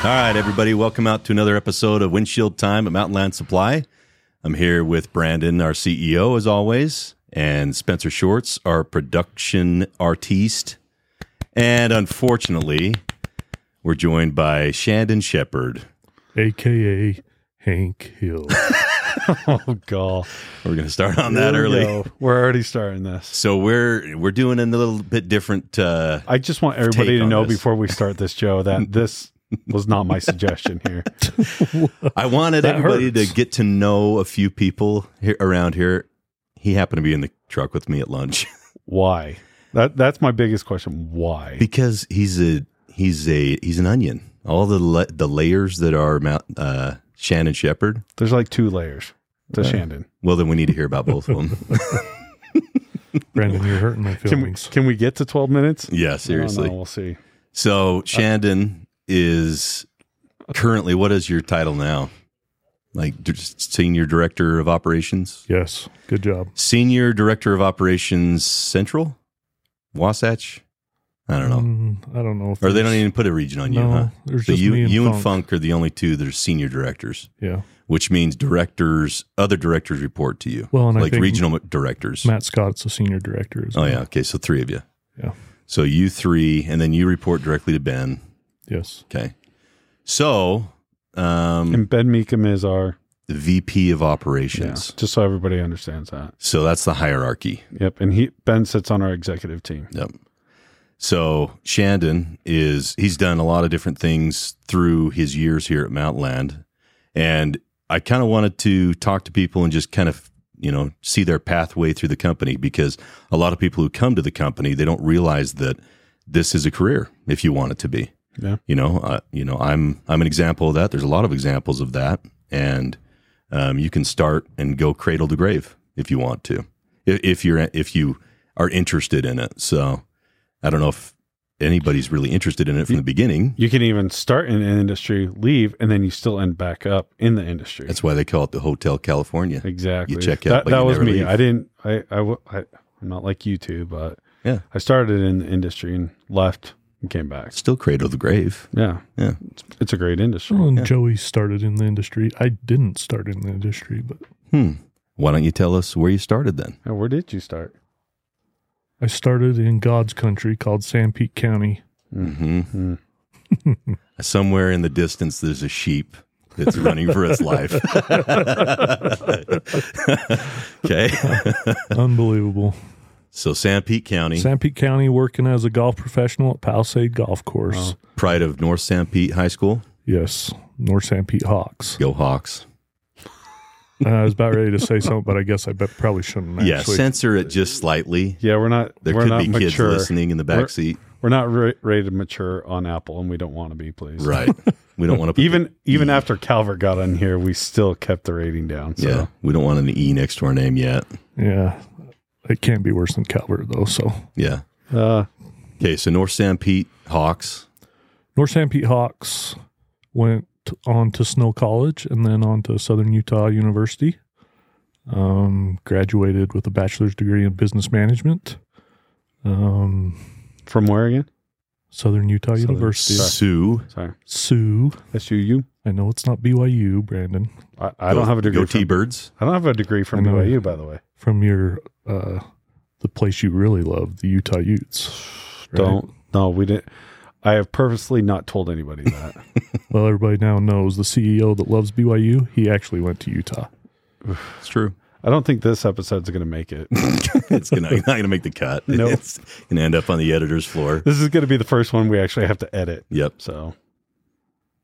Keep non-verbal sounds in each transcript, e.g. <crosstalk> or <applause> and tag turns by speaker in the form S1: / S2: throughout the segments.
S1: All right, everybody, welcome out to another episode of Windshield Time at Mountain Land Supply. I'm here with Brandon, our CEO, as always, and Spencer Shorts, our production artiste. And unfortunately, we're joined by Shandon Shepard.
S2: aka Hank Hill.
S1: <laughs>
S3: Oh god,
S1: We're going to start on that
S3: Here we
S1: early.
S3: go. We're already starting this.
S1: So we're we're doing a little bit different. Uh,
S3: I just want everybody
S1: Take
S3: to
S1: on
S3: know
S1: this.
S3: before we start this,
S1: <laughs>
S3: Joe, that this was not my suggestion here.
S1: I wanted
S2: That
S1: everybody
S2: hurts.
S1: to get to know a few people here around here. He happened to be in the truck with me at lunch.
S3: Why? That that's my biggest question. Why?
S1: Because he's a he's a he's an onion. All the la- the layers that are Mount uh, Shannon Shepherd.
S3: There's like two layers to Shandon.
S1: Well, then we need to hear about both of
S2: <laughs>
S1: them. <laughs>
S2: Brandon, you're hurting my
S3: Can we
S2: feelings.
S3: can we get to 12 minutes?
S1: yeah,
S3: I don't know.
S1: seriously.
S3: We'll see.
S1: So Shandon is currently what is your title now? Like d- senior director of operations,
S2: yes, good job.
S1: senior director of operations central, Wasatch. I don't know,
S2: Mm, I don't know. If
S1: or they
S2: there's-
S1: don't even put a region on you.
S2: No,
S1: Huh?
S2: there's
S1: So
S2: just
S1: you
S2: me and
S1: you
S2: Funk.
S1: and Funk are the only two that are senior directors.
S2: Yeah,
S1: which means directors, other directors report to you.
S2: Well, and I
S1: like
S2: think
S1: regional directors.
S2: Matt Scott's the senior director. As
S1: oh
S2: well.
S1: yeah, okay, so three of you.
S2: Yeah.
S1: So you three, and then you report directly to Ben.
S2: Yes.
S1: Okay. So, um,
S3: And Ben Meekum is our
S1: the VP of
S3: yeah,
S1: operations.
S3: just so everybody understands that.
S1: So that's the hierarchy.
S3: Yep. And he Ben sits on our executive team.
S1: Yep. So Shandon is he's done a lot of different things through his years here at Mountland, and I kind of wanted to talk to people and just kind of you know see their pathway through the company because a lot of people who come to the company they don't realize that this is a career if you want it to be.
S3: Yeah.
S1: You know, uh, you know, I'm I'm an example of that. There's a lot of examples of that, and um, you can start and go cradle to grave if you want to, if, if you're if you are interested in it. So I don't know if anybody's really interested in it from the beginning.
S3: You can even start in an industry, leave, and then you still end back up in the industry.
S1: That's why they call it the Hotel California.
S3: Exactly.
S1: You check
S3: that,
S1: out, but
S3: that
S1: you
S3: was
S1: never
S3: me.
S1: leave.
S3: I didn't. I, I w- I. am not like you two, but
S1: Yeah.
S3: I started in the industry and left and came back.
S1: Still cradle to grave.
S3: Yeah,
S1: Yeah.
S3: It's, it's a great industry.
S2: Well, and Joey started in the industry. I didn't start in the industry, but
S1: Hmm. Why don't you tell us where you started then?
S3: Yeah, where did you start?
S2: I started in God's country called San
S1: <laughs>
S2: Pete County.
S1: Mm-hmm. Somewhere in the distance, there's a sheep that's running for its life. <laughs> okay.
S2: Unbelievable.
S1: So, San Pete County,
S2: San Pete County working as a golf professional at Palisade Golf Course.
S1: pride of North San Pete High School.
S2: Yes, North San Pete Hawks.
S1: Go Hawks.
S2: And <laughs> I was about ready to say something, but I guess I bet probably shouldn't. Actually.
S1: Yeah. Censor it just slightly.
S3: Yeah, we're not.
S1: There
S3: we're
S1: could
S3: not
S1: be kids
S3: mature.
S1: listening in the back
S3: We're- <laughs>
S1: seat.
S3: We're not ra- rated mature on Apple, and we don't want to be. Please,
S1: Right. We don't want to
S3: Even even after Calvert got on here, we still kept the rating down. So.
S1: Yeah, we don't want an E next to our name yet.
S2: yeah, it can't be worse than Calvert though. So
S1: Yeah.
S3: Uh,
S1: Okay, so North San Pete Hawks.
S2: North San Pete Hawks went on to Snow College and then on to Southern Utah University. Um, graduated with a bachelor's degree in business management. Um,
S3: from where again?
S2: Southern Utah
S3: Southern-
S2: University.
S1: Sue.
S3: Sorry,
S2: Sue.
S3: SUU.
S2: I know it's not BYU, Brandon.
S3: I, I don't have a degree.
S1: Go T
S3: From,
S1: Birds.
S3: I don't have a degree from
S2: I know.
S3: BYU, by the way.
S2: From your uh, the place you really love, the Utah Utes. right?
S3: Don't. No, we didn't. I have purposely not
S1: <laughs>
S3: told anybody that.
S2: Well, everybody now knows the CEO that loves BYU, he actually went to Utah.
S1: It's true.
S3: I don't think this episode's going to make
S1: <laughs>
S3: it.
S1: it's gonna
S3: <laughs>
S1: <laughs> not gonna make the cut.
S3: Nope.
S1: <laughs> It's gonna end up on the editor's floor.
S3: this is going to be the first one we actually have to edit.
S1: Yep.
S3: So,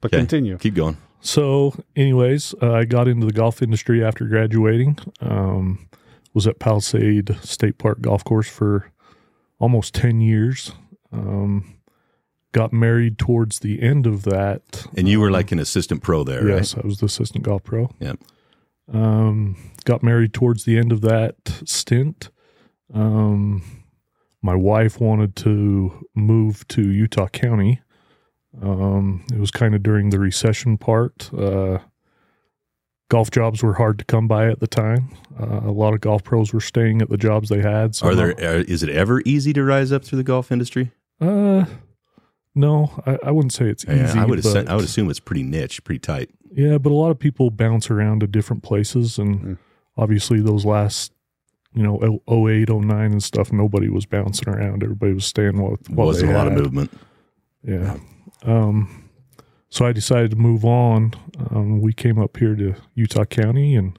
S3: but
S1: Okay.
S3: continue.
S1: Keep going.
S2: So, anyways, uh, I got into the golf industry after graduating. Um, was at Palisade State Park Golf Course for almost 10 years. Um, got married towards the end of that.
S1: And you were like an assistant pro there,
S2: Yes, I was the assistant golf pro.
S1: Yep.
S2: Um, got married towards the end of that stint. Um, my wife wanted to move to Utah County. Um, it was kind of during the recession part. Uh, golf jobs were hard to come by at the time. Uh, a lot of golf pros were staying at the jobs they had.
S1: uh, right? Are there? Are, is it ever easy to rise up through the golf industry?
S2: Uh, No, I, I wouldn't say it's
S1: Yeah,
S2: easy.
S1: I would
S2: but,
S1: assume, I would assume it's pretty niche, pretty tight.
S2: Yeah, but a lot of people bounce around to different places, and
S1: Hmm.
S3: Mm.
S2: obviously those last, you know, oh- 08, 09 and stuff, nobody was bouncing around. Everybody was staying with what
S1: Wasn't
S2: they
S1: a lot of
S2: had.
S1: movement.
S2: Yeah. Um, so I decided to move on. Um, we came up here to Utah County and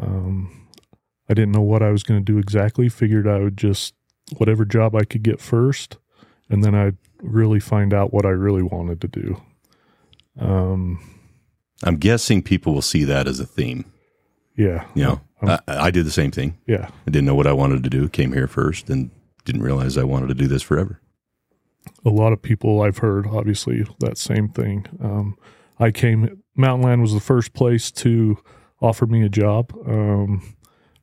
S2: um, I didn't know what I was going to do exactly. Figured I would just, whatever job I could get first, and then I'd really find out what I really wanted to do. Um,
S1: I'm guessing people will see that as a theme.
S2: yeah.
S1: You know,
S2: Um,
S3: Oh.
S1: I, I did the same thing.
S2: yeah.
S1: I didn't know what I wanted to do. Came here first and didn't realize I wanted to do this forever.
S2: a lot of people I've heard, obviously, that same thing. Um, I came, Mountain Land was the first place to offer me a job. Um,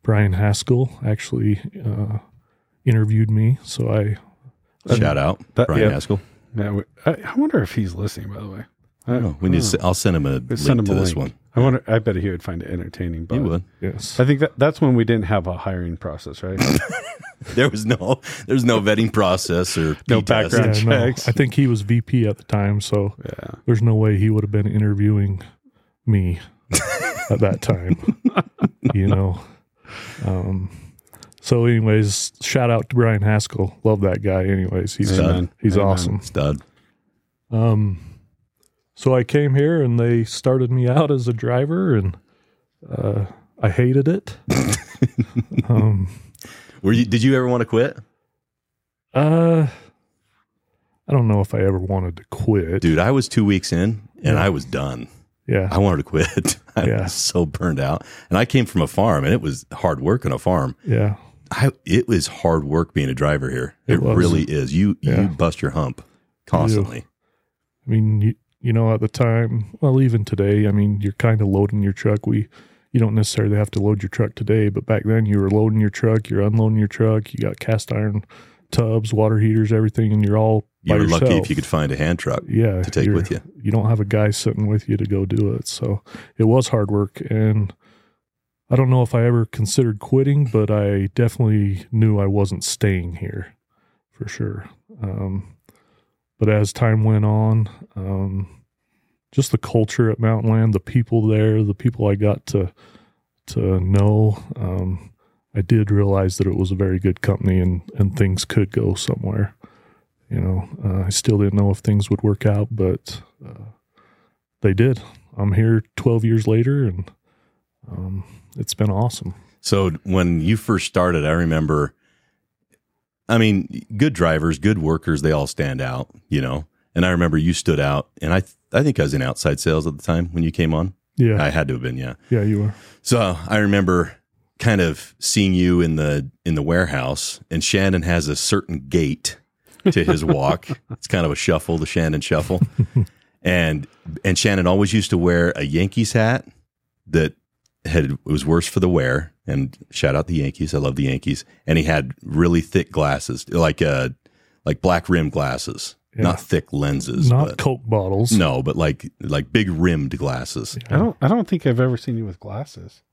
S2: Brian Haskell actually uh, interviewed me. So I,
S1: Shout out
S3: Uh, that-
S1: Brian
S3: yeah.
S1: Haskell.
S3: Now, we- I, I wonder if he's listening. By the way, I,
S1: Oh, we need.
S3: I
S1: To, I'll send him a
S3: don't know.
S1: link
S3: send him
S1: to
S3: a
S1: this one.
S3: link. I wonder. I bet he would find it entertaining. But
S1: He would.
S2: yes.
S3: I think that that's when we didn't have a hiring
S1: <laughs>
S3: process, right?
S1: There was no. There's no vetting process
S2: <laughs>
S1: or
S3: No
S1: P test.
S3: background. checks.
S2: I think he was VP at the time. So
S3: yeah.
S2: there's no way he would have been interviewing me at that
S3: <laughs>
S2: time, you know. Um, so, anyways, shout out to Brian Haskell. Love that guy. Anyways, he's
S3: Amen.
S2: he's
S3: Amen.
S2: awesome.
S1: Stud.
S2: Um, so I came here and they started me out as a driver, and uh, I
S1: <laughs>
S2: hated it. um,
S1: Were you? Did you ever want to quit,
S2: uh, I don't know if I ever wanted to quit.
S1: dude? I was two weeks in and
S2: Yeah.
S1: I was done.
S2: Yeah,
S1: I wanted to quit. <laughs> I
S2: Yeah.
S1: was so burned out. And I came from a farm, and it was hard work on a farm.
S2: yeah,
S1: I it was hard work being a driver here. It,
S2: It was.
S1: really is. You
S2: Yeah.
S1: you bust your hump constantly.
S2: I mean, you, you know, at the time, well, even today, I mean, you're kind of loading your truck. We, you don't necessarily have to load your truck today, but back then you were loading your truck, you're unloading your truck, you got cast iron tubs, water heaters, everything, and you're all
S1: You
S2: by
S1: were
S2: yourself.
S1: lucky if you could find a hand truck
S2: yeah,
S1: to take
S2: you're-
S1: with you.
S2: you don't have a guy sitting with you to go do it. So it was hard work. And I don't know if I ever considered quitting, but I definitely knew I wasn't staying here for sure. Um, but as time went on, um, just the culture at Mountain Land, the people there, the people I got to to know, um, I did realize that it was a very good company and and things could go somewhere you know, uh, I still didn't know if things would work out, but uh, they did. I'm here 12 years later, and um, it's been awesome.
S1: So when you first started, I remember, I mean, good drivers, good workers, they all stand out, you know. And I remember you stood out, and I th- I think I was in outside sales at the time when you came on.
S2: Yeah,
S1: I had to have been, yeah.
S2: yeah, you are.
S1: So I remember kind of seeing you in the in the warehouse, and Shannon has a certain gait to his
S2: <laughs>
S1: walk. it's kind of a shuffle, the Shannon shuffle, and and Shannon always used to wear a Yankees hat that had was worse for the wear. And shout out the Yankees, I love the Yankees. And he had really thick glasses, like uh like black rim glasses,
S2: Yeah.
S1: not thick lenses,
S2: Not
S1: but.
S2: Coke bottles.
S1: No, but like like big rimmed glasses.
S3: I don't. I don't think I've ever seen you with glasses.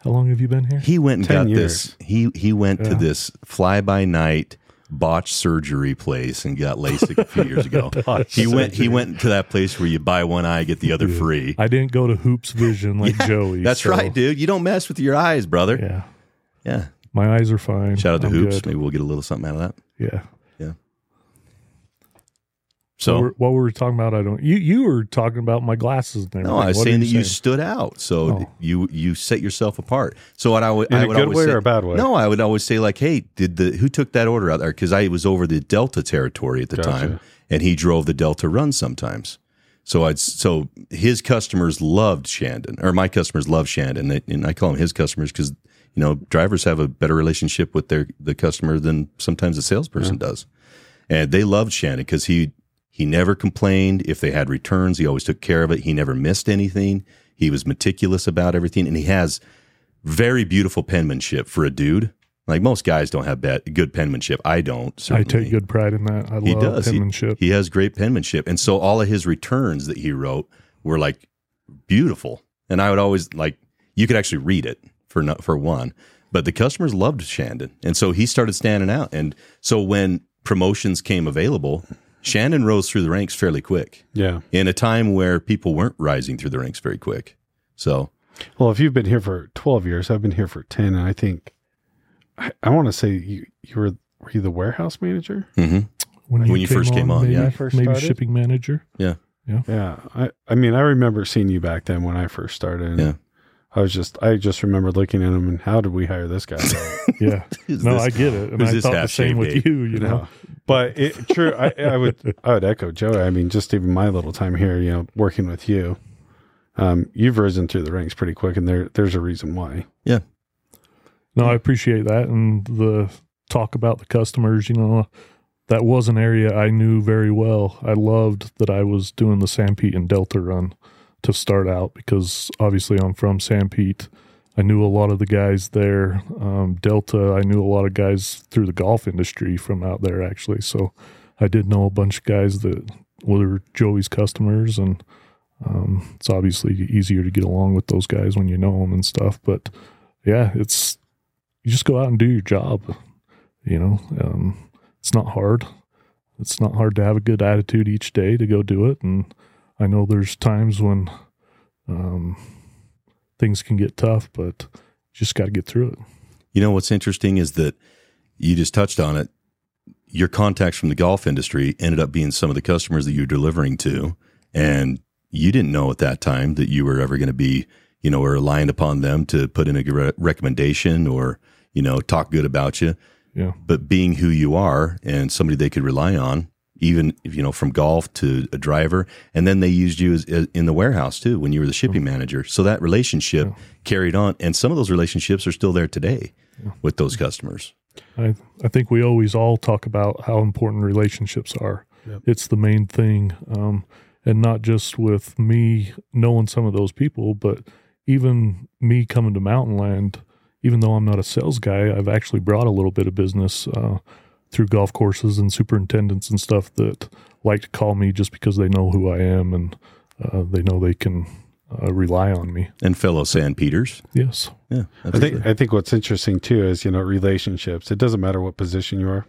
S2: How long have you been here?
S1: He went and
S3: 10
S1: got
S3: years.
S1: this. He he went to
S2: Yeah.
S1: this fly by night botch surgery place and got LASIK a few years ago. he went he went to that place where you buy one eye get the other free.
S2: I didn't go to Hoops Vision
S1: <laughs>
S2: like Joey.
S1: That's
S2: so-
S1: right, dude. You don't mess with your eyes, brother. Yeah.
S2: Yeah, my eyes are fine.
S1: Shout out to
S2: I'm
S1: Hoops.
S2: good.
S1: Maybe we'll get a little something out of that.
S2: Yeah. So
S1: So
S2: what we were talking about, I don't. You you were talking about my glasses. And
S1: no, I was
S2: everything. What are
S1: saying that you
S2: saying?
S1: stood out. So
S2: Oh.
S1: you you set yourself apart. So what I would
S3: in
S1: I
S3: a
S1: would
S3: good
S1: always
S3: way
S1: say,
S3: or a bad way.
S1: No, I would always say like, "Hey, did the who took that order out there?" Because I was over the Delta territory at the
S3: Gotcha.
S1: time, and he drove the Delta run sometimes. So I'd so his customers loved Shandon, or my customers loved Shandon, and, and I call him his customers because you know drivers have a better relationship with their the customer than sometimes a salesperson does, and they loved Shandon because he he never complained if they had returns. He always took care of it. He never missed anything. He was meticulous about everything, and he has very beautiful penmanship for a dude. Like most guys don't have bad, good penmanship. I don't.
S2: I
S1: Certainly.
S2: take good pride in that. I
S1: He
S2: love
S1: does. He-
S2: penmanship.
S1: He has great penmanship, and so all of his returns that he wrote were like beautiful. And I would always like you could actually read it for no, for one, but the customers loved Shandon, and so he started standing out. And so when promotions came available, Shannon rose through the ranks fairly quick
S3: Yeah.
S1: in a time where people weren't rising through the ranks very quick. So
S3: Well, if you've been here for 12 years, I've been here for 10, and I think I, I want to say you you were were you the warehouse manager?
S1: mhm. When you first came on,
S2: maybe,
S1: yeah. When
S4: I first
S2: maybe
S4: started?
S1: <laughs>
S2: shipping manager.
S3: Yeah. I I mean, I remember seeing you back then when I first started. and
S1: Yeah.
S3: I was just I just remember looking at him and how did we hire this guy?
S2: Yeah,
S1: <laughs> Is
S2: no,
S1: this-
S2: I get it, and
S1: who's
S2: I
S1: this
S2: thought the
S1: half-shaved
S2: same with
S1: ape?
S2: you. You
S3: you
S2: know,
S3: know. But it true, I, I would I would echo Joey. I mean, just even my little time here, you know, working with you, um, you've risen through the ranks pretty quick, and there there's a reason why.
S2: no, I appreciate that, and the talk about the customers. You know, that was an area I knew very well. I loved that I was doing the San Pete and Delta run to start out because obviously I'm from San Pete. I knew a lot of the guys there. Um, Delta, I knew a lot of guys through the golf industry from out there actually. So I did know a bunch of guys that were Joey's customers, and um, it's obviously easier to get along with those guys when you know them and stuff. But yeah, it's you just go out and do your job. You know, um, it's not hard. It's not hard to have a good attitude each day to go do it. And I know there's times when um, things can get tough, but you just got to get through it.
S1: You know what's interesting is that you just touched on it. Your contacts from the golf industry ended up being some of the customers that you're delivering to, and you didn't know at that time that you were ever going to be, you know, relying upon them to put in a re- recommendation or you know talk good about you.
S2: Yeah.
S1: But being who you are and somebody they could rely on, even you know from golf to a driver, and then they used you as, as in the warehouse too when you were the shipping manager. So that relationship carried on, and some of those relationships are still there today with those customers.
S2: I, I think we always all talk about how important relationships are.
S3: Yep.
S2: It's the main thing. Um, and not just with me knowing some of those people, but even me coming to Mountain Land, even though I'm not a sales guy, I've actually brought a little bit of business uh, through golf courses and superintendents and stuff that like to call me just because they know who I am and uh, they know they can uh, rely on me.
S1: And fellow San Peters.
S2: Yes.
S1: Yeah.
S3: I think I think what's interesting too is you know relationships. It doesn't matter what position you are.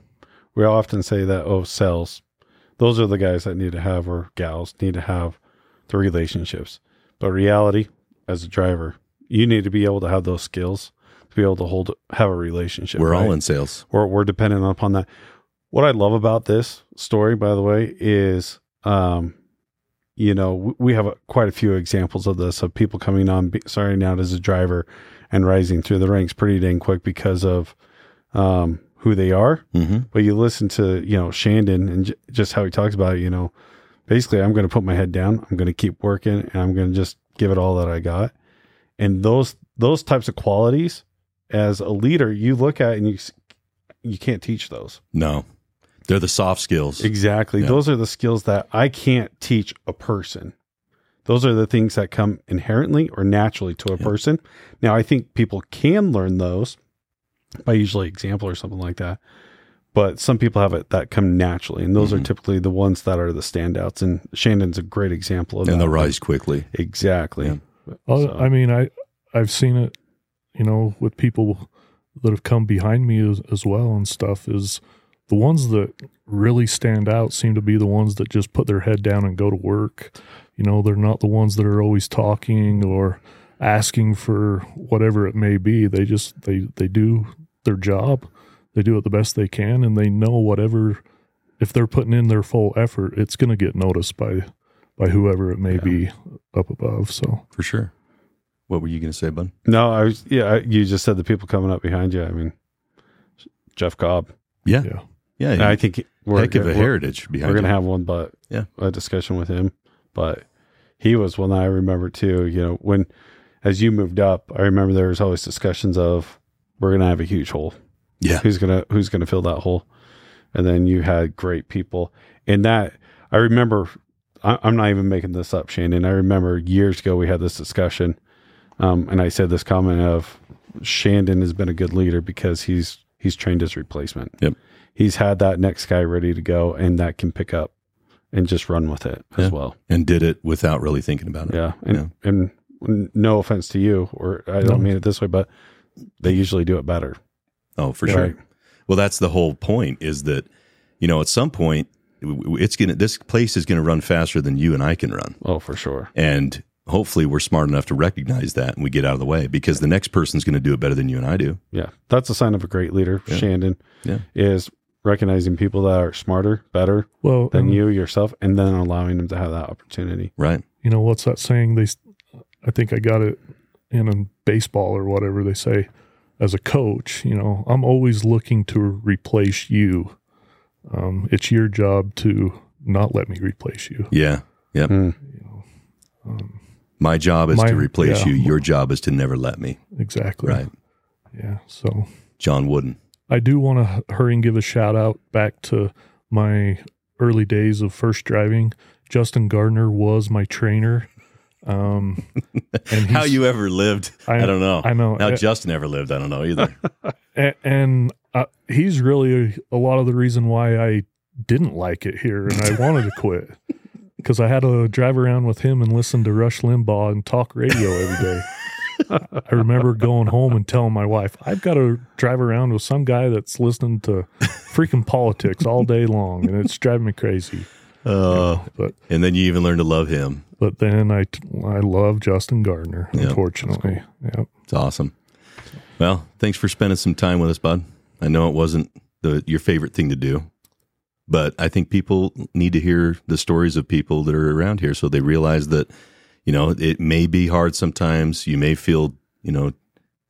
S3: We often say that oh sales, those are the guys that need to have or gals need to have the relationships. But reality, as a driver, you need to be able to have those skills to be able to hold have a relationship.
S1: we're all
S3: right?
S1: in sales.
S3: we're, we're dependent upon that. What I love about this story, by the way, is, um, you know, w- we have a, quite a few examples of this of people coming on, be- starting out as a driver and rising through the ranks pretty dang quick because of um, who they are.
S1: Mm-hmm.
S3: But you listen to, you know, Shandon and j- just how he talks about it, you know, basically, I'm going to put my head down, I'm going to keep working, and I'm going to just give it all that I got. And those those types of qualities, as a leader, you look at and you s- you can't teach those.
S1: No, they're the soft skills.
S3: Exactly.
S1: Yeah.
S3: Those are the skills that I can't teach a person. Those are the things that come inherently or naturally to a
S1: Yeah.
S3: person. Now, I think people can learn those by usually example or something like that. But some people have it that come naturally, and those are
S1: Mhm.
S3: typically the ones that are the standouts. And Shandon's a great example of
S1: and
S3: that.
S1: they'll rise quickly.
S3: Exactly.
S1: Yeah.
S2: Oh,
S3: So-
S2: I mean, I I've seen it, you know, with people that have come behind me as, as well and stuff. Is the ones that really stand out seem to be the ones that just put their head down and go to work. You know, they're not the ones that are always talking or asking for whatever it may be. They just they they do their job. They do it the best they can, and they know whatever. If they're putting in their full effort, it's going to get noticed by by whoever it may
S3: Yeah.
S2: be up above. So
S1: For sure. What were you going to say, bud?
S3: No, I was, yeah, I- you just said the people coming up behind you. I mean, Jeff Cobb.
S1: Yeah.
S2: Yeah.
S1: Yeah.
S3: And I think he- we're,
S1: heck of a
S3: we're-
S1: heritage behind
S3: we're gonna
S1: you.
S3: have one but
S1: Yeah.
S3: a discussion with him but he was one that i remember too you know when as you moved up i remember there was always discussions of we're gonna have a huge hole
S1: Yeah.
S3: who's gonna who's gonna fill that hole and then you had great people and that i remember I, i'm not even making this up shannon i remember years ago we had this discussion um, and i said this comment of shandon has been a good leader because he's he's trained his replacement
S1: Yep.
S3: he's had that next guy ready to go and that can pick up and just run with it
S1: Yeah.
S3: as well
S1: and did it without really thinking about it.
S3: yeah and and no offense to you or i don't
S2: No.
S3: mean it this way but they usually do it better
S1: Oh, for
S3: Right.
S1: sure. Well, that's the whole point is that, you know, at some point w- w- it's gonna this place is gonna run faster than you and I can run,
S3: Oh, for sure.
S1: and hopefully we're smart enough to recognize that and we get out of the way because the next person's gonna do it better than you and I do.
S3: Yeah. That's a sign of a great leader,
S1: Yeah.
S3: Shandon.
S1: Yeah.
S3: Is recognizing people that are smarter, better
S2: Well,
S3: than
S2: and
S3: you yourself, and then allowing them to have that opportunity.
S1: Right?
S2: you know what's that saying? They, s- I think I got it in, in baseball or whatever they say. As a coach, you know, I'm always looking to replace you. Um, it's your job to not let me replace you.
S1: Yeah. Yep.
S3: Hmm.
S2: you know. um,
S1: My job is
S2: My-
S1: to replace
S2: yeah.
S1: you. Your job is to never let me.
S2: exactly.
S1: Right.
S2: Yeah. So.
S1: John Wooden.
S2: I do want to hurry and give a shout out back to my early days of first driving. Justin Gardner was my trainer.
S1: <laughs>
S2: Um, and
S1: How
S2: he's-
S1: you ever lived? I,
S2: I-
S1: don't know.
S2: I know.
S1: How
S2: A-
S1: Justin ever lived? I don't know
S2: <laughs>
S1: either.
S2: a- and uh, he's really a, lot of the reason why I didn't like it here and I wanted to quit because I had to drive around with him and listen to Rush Limbaugh and talk radio every day. I remember going home and telling my wife, I've got to drive around with some guy that's listening to freaking politics all day long and it's driving me crazy.
S1: Uh,
S2: But
S1: and then you even learn to love him.
S2: but then I I love Justin Gardner,
S1: Yeah, that's
S2: unfortunately. Yep.
S1: It's awesome. Well, thanks for spending some time with us, bud. I know it wasn't the your favorite thing to do, but I think people need to hear the stories of people that are around here so they realize that you know it may be hard sometimes. You may feel you know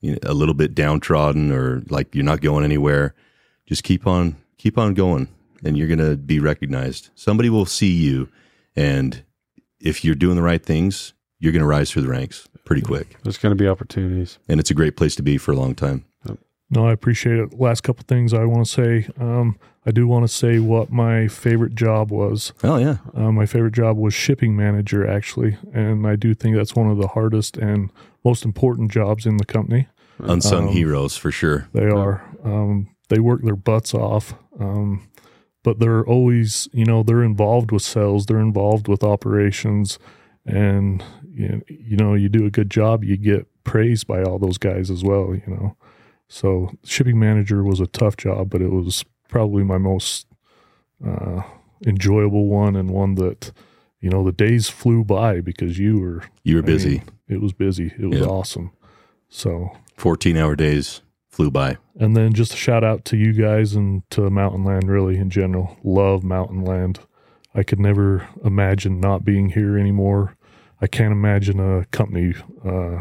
S1: you know, a little bit downtrodden or like you're not going anywhere. Just keep on keep on going, and you're gonna be recognized. Somebody will see you, and if you're doing the right things, you're gonna rise through the ranks pretty quick
S3: There's going to be opportunities.
S1: and it's a great place to be for a long time.
S2: No, I appreciate it. Last couple things I want to say. Um, I do want to say what my favorite job was.
S1: Oh yeah,
S2: Uh, my favorite job was shipping manager, actually, and I do think that's one of the hardest and most important jobs in the company.
S1: unsung
S2: Um,
S1: heroes for sure.
S2: They are. Um, they work their butts off. Um, but they're always, you know, they're involved with sales, they're involved with operations. And, you you know, you do a good job, you get praised by all those guys as well, you know. So, shipping manager was a tough job, but it was probably my most uh, enjoyable one and one that, you know, the days flew by because you were,
S1: You were
S2: I mean,
S1: busy.
S2: it was busy. It was
S1: Yeah.
S2: awesome. So,
S1: Fourteen hour days flew by.
S2: and then just a shout out to you guys and to Mountain Land, really, in general. Love Mountain Land. I could never imagine not being here anymore. I can't imagine a company uh,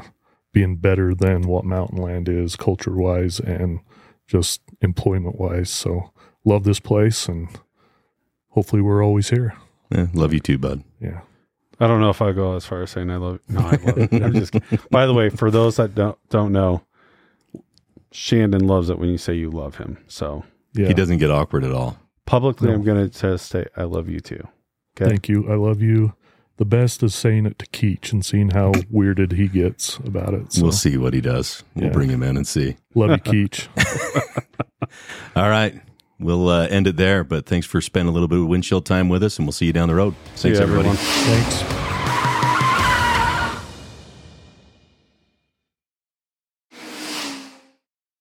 S2: being better than what Mountain Land is, culture wise and just employment wise. So, love this place and hopefully we're always here.
S1: Eh, love you too, bud.
S2: Yeah.
S3: I don't know if I go as far as saying I love it. No, I love it. I'm just kidding. By the way, for those that don't don't know, Shandon loves it when you say you love him. So
S2: Yeah.
S1: He doesn't get awkward at all.
S3: publicly,
S2: No.
S3: I'm going to say I love you too. Okay.
S2: Thank you. I love you. The best is saying it to Keach and seeing how weirded he gets about it. So,
S1: We'll see what he does. We'll
S2: Yeah.
S1: bring him in and see. <laughs>
S2: love you, Keach.
S1: All right, we'll uh, end it there. But thanks for spending a little bit of windshield time with us, and we'll see you down the road.
S3: See
S1: Thanks,
S3: you,
S1: everybody.
S3: everyone.
S2: Thanks.